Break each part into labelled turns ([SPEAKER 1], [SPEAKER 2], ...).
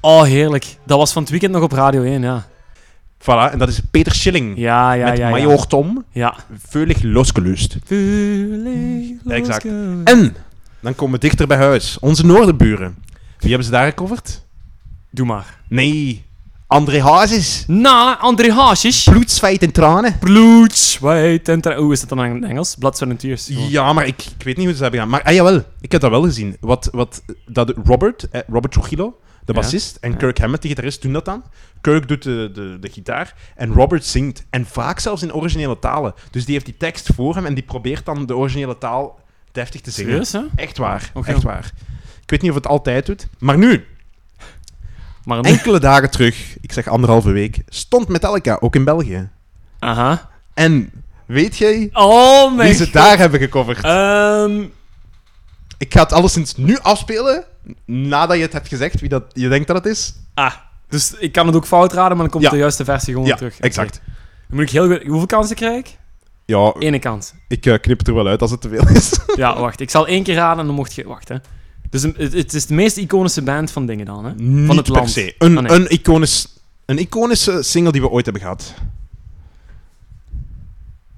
[SPEAKER 1] Oh, heerlijk. Dat was van het weekend nog op Radio 1, ja.
[SPEAKER 2] Voilà, en dat is Peter Schilling.
[SPEAKER 1] Ja, ja,
[SPEAKER 2] met
[SPEAKER 1] ja. ja.
[SPEAKER 2] Major Tom,
[SPEAKER 1] Ja.
[SPEAKER 2] Veulig losgelust. Exact.
[SPEAKER 1] En
[SPEAKER 2] En, dan komen we dichter bij huis. Onze noorderburen. Wie hebben ze daar gecoverd?
[SPEAKER 1] Doe maar.
[SPEAKER 2] Nee, André Hazes.
[SPEAKER 1] Na André Haasjes.
[SPEAKER 2] Bloed, zweet en tranen.
[SPEAKER 1] Bloed, zweet en tra- Hoe is dat dan in Engels? Oh, Blood, sweat and tears.
[SPEAKER 2] Ja, maar ik, ik weet niet hoe ze dat hebben gedaan. Maar ah, jawel, ik heb dat wel gezien. Wat, wat, dat Robert, eh, Robert Trujillo, de
[SPEAKER 1] Ja.
[SPEAKER 2] bassist, en
[SPEAKER 1] Ja.
[SPEAKER 2] Kirk Hammett, de gitarist, doen dat dan. Kirk doet de, de, de gitaar en Robert zingt. En vaak zelfs in originele talen. Dus die heeft die tekst voor hem en die probeert dan de originele taal deftig te zingen.
[SPEAKER 1] Serieus, hè?
[SPEAKER 2] Echt waar,
[SPEAKER 1] Oké.
[SPEAKER 2] echt waar. Ik weet niet of het altijd doet. Maar nu,
[SPEAKER 1] Maar nu...
[SPEAKER 2] enkele dagen terug, ik zeg anderhalve week, stond Metallica ook in België.
[SPEAKER 1] Aha.
[SPEAKER 2] En weet jij
[SPEAKER 1] Oh, mijn
[SPEAKER 2] wie ze
[SPEAKER 1] god.
[SPEAKER 2] daar hebben gecoverd?
[SPEAKER 1] Ehm,
[SPEAKER 2] Ik ga het alleszins nu afspelen, nadat je het hebt gezegd wie dat je denkt dat het is.
[SPEAKER 1] ah, dus ik kan het ook fout raden, maar dan komt
[SPEAKER 2] Ja.
[SPEAKER 1] de juiste versie gewoon terug. Oké.
[SPEAKER 2] exact.
[SPEAKER 1] Dan moet ik heel goed... Hoeveel kansen krijg ik?
[SPEAKER 2] Ja,
[SPEAKER 1] Ene kans.
[SPEAKER 2] ik eh, knip het er wel uit als het te veel is.
[SPEAKER 1] Ja, wacht. Ik zal één keer raden en dan mocht je... Wacht, hè. Dus een- het, het is de meest iconische band van dingen dan, hè?
[SPEAKER 2] Niet
[SPEAKER 1] het
[SPEAKER 2] per
[SPEAKER 1] land.
[SPEAKER 2] se. Een,
[SPEAKER 1] Ah, nee.
[SPEAKER 2] een, iconisch, een iconische single die we ooit hebben gehad.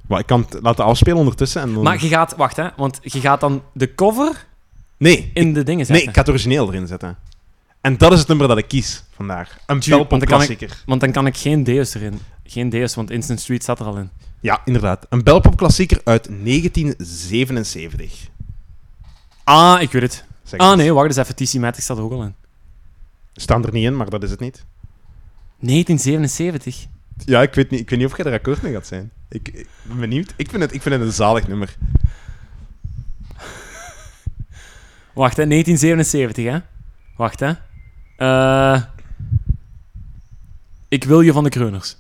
[SPEAKER 2] Maar ik kan het laten afspelen ondertussen. En dan...
[SPEAKER 1] Maar je gaat... Wacht, hè. Want je gaat dan de cover
[SPEAKER 2] Nee,
[SPEAKER 1] in de dingen
[SPEAKER 2] nee,
[SPEAKER 1] zetten.
[SPEAKER 2] ik ga het origineel erin zetten. En dat is het nummer dat ik kies vandaag. Een
[SPEAKER 1] Tuur, want
[SPEAKER 2] belpop
[SPEAKER 1] dan kan ik-
[SPEAKER 2] klassieker.
[SPEAKER 1] Want dan kan ik geen Deus erin. Geen Deus, want Instant Street staat er al in.
[SPEAKER 2] Ja, inderdaad. Een belpop klassieker uit 1977.
[SPEAKER 1] Ah, ik weet het.
[SPEAKER 2] Zeg
[SPEAKER 1] Ah
[SPEAKER 2] het.
[SPEAKER 1] nee, wacht eens even. TC Matic staat er ook al in.
[SPEAKER 2] Staan er niet in, maar dat is het niet.
[SPEAKER 1] 1977.
[SPEAKER 2] Ja, ik weet niet, ik weet niet of jij er akkoord mee gaat zijn. Ik, ik ben benieuwd. Ik vind, het, ik vind het een zalig nummer.
[SPEAKER 1] Wacht, hè. 1977, hè. Wacht, hè. Eh, ik wil je van de Kreuners.